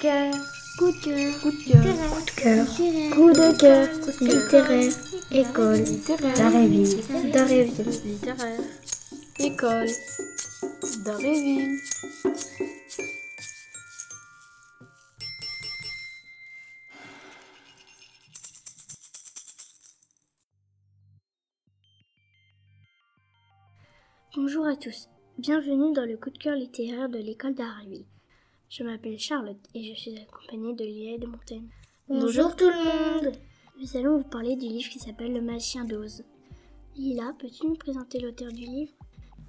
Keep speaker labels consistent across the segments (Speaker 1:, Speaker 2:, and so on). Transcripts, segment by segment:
Speaker 1: cœur,
Speaker 2: coup de cœur,
Speaker 1: coup de cœur,
Speaker 2: terrain,
Speaker 3: cœur,
Speaker 2: littéraire,
Speaker 3: coup de cœur, littéraire,
Speaker 2: littéraire,
Speaker 3: école,
Speaker 1: littéraire,
Speaker 3: d'Aréville, d'Aréville,
Speaker 1: littéraire, école, d'Aréville.
Speaker 2: Bonjour à tous, bienvenue dans le coup de cœur littéraire de l'école d'Arabie. Je m'appelle Charlotte et je suis accompagnée de Lila et de Montaigne.
Speaker 3: Bonjour
Speaker 2: tout le monde Nous allons vous parler du livre qui s'appelle Le Magicien d'Oz. Lila, peux-tu nous présenter l'auteur du livre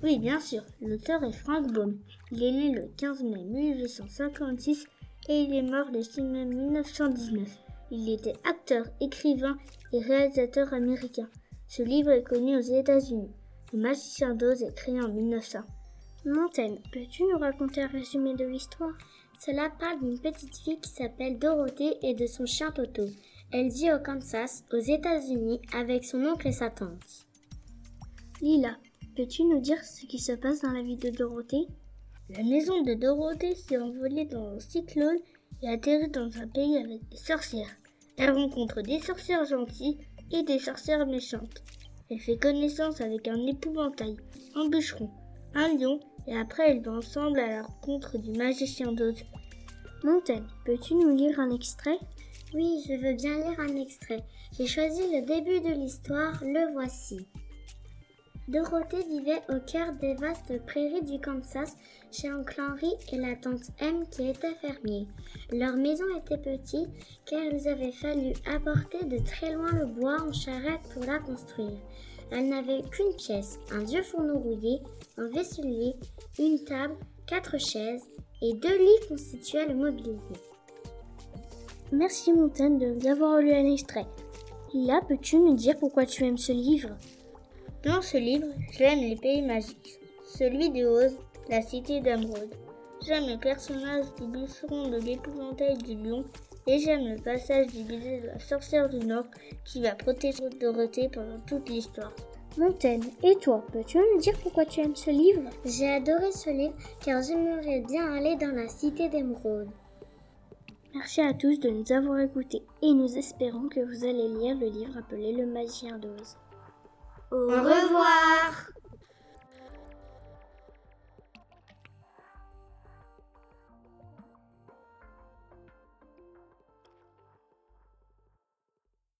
Speaker 3: Oui, bien sûr, l'auteur est Frank Baum. Il est né le 15 mai 1856 et il est mort le 6 mai 1919. Il était acteur, écrivain et réalisateur américain. Ce livre est connu aux États-Unis. Le magicien d'Oz est créé en 1900.
Speaker 2: Montaigne, peux-tu nous raconter un résumé de l'histoire
Speaker 3: Cela parle d'une petite fille qui s'appelle Dorothée et de son chien Toto. Elle vit au Kansas, aux États-Unis, avec son oncle et sa tante.
Speaker 2: Lila, peux-tu nous dire ce qui se passe dans la vie de Dorothée
Speaker 3: La maison de Dorothée s'est envolée dans un cyclone et atterrit dans un pays avec des sorcières. Elle rencontre des sorcières gentilles et des sorcières méchantes. Elle fait connaissance avec un épouvantail, un bûcheron, un lion et après elle va ensemble à la rencontre du magicien d'Oz.
Speaker 2: Montaigne, peux-tu nous lire un extrait
Speaker 3: Oui, je veux bien lire un extrait. J'ai choisi le début de l'histoire, le voici. Dorothée vivait au cœur des vastes prairies du Kansas chez Oncle Henry et la tante M qui était fermier. Leur maison était petite car ils avaient fallu apporter de très loin le bois en charrette pour la construire. Elle n'avait qu'une pièce, un vieux fourneau rouillé, un vaisselier, une table, quatre chaises et deux lits constituaient le mobilier.
Speaker 2: Merci Montaigne de nous avoir lu un extrait. Lila, peux-tu nous dire pourquoi tu aimes ce livre
Speaker 3: Dans ce livre, j'aime les pays magiques. Celui de Oz, la cité d'Amrode. J'aime le personnage du bûcheron de l'épouvantail du lion et j'aime le passage du baiser de la sorcière du Nord qui va protéger Dorothée pendant toute l'histoire.
Speaker 2: Montaigne, et toi, peux-tu nous dire pourquoi tu aimes ce livre
Speaker 3: J'ai adoré ce livre car j'aimerais bien aller dans la cité d'Émeraude.
Speaker 2: Merci à tous de nous avoir écoutés et nous espérons que vous allez lire le livre appelé Le Magicien d'Oz.
Speaker 1: Au revoir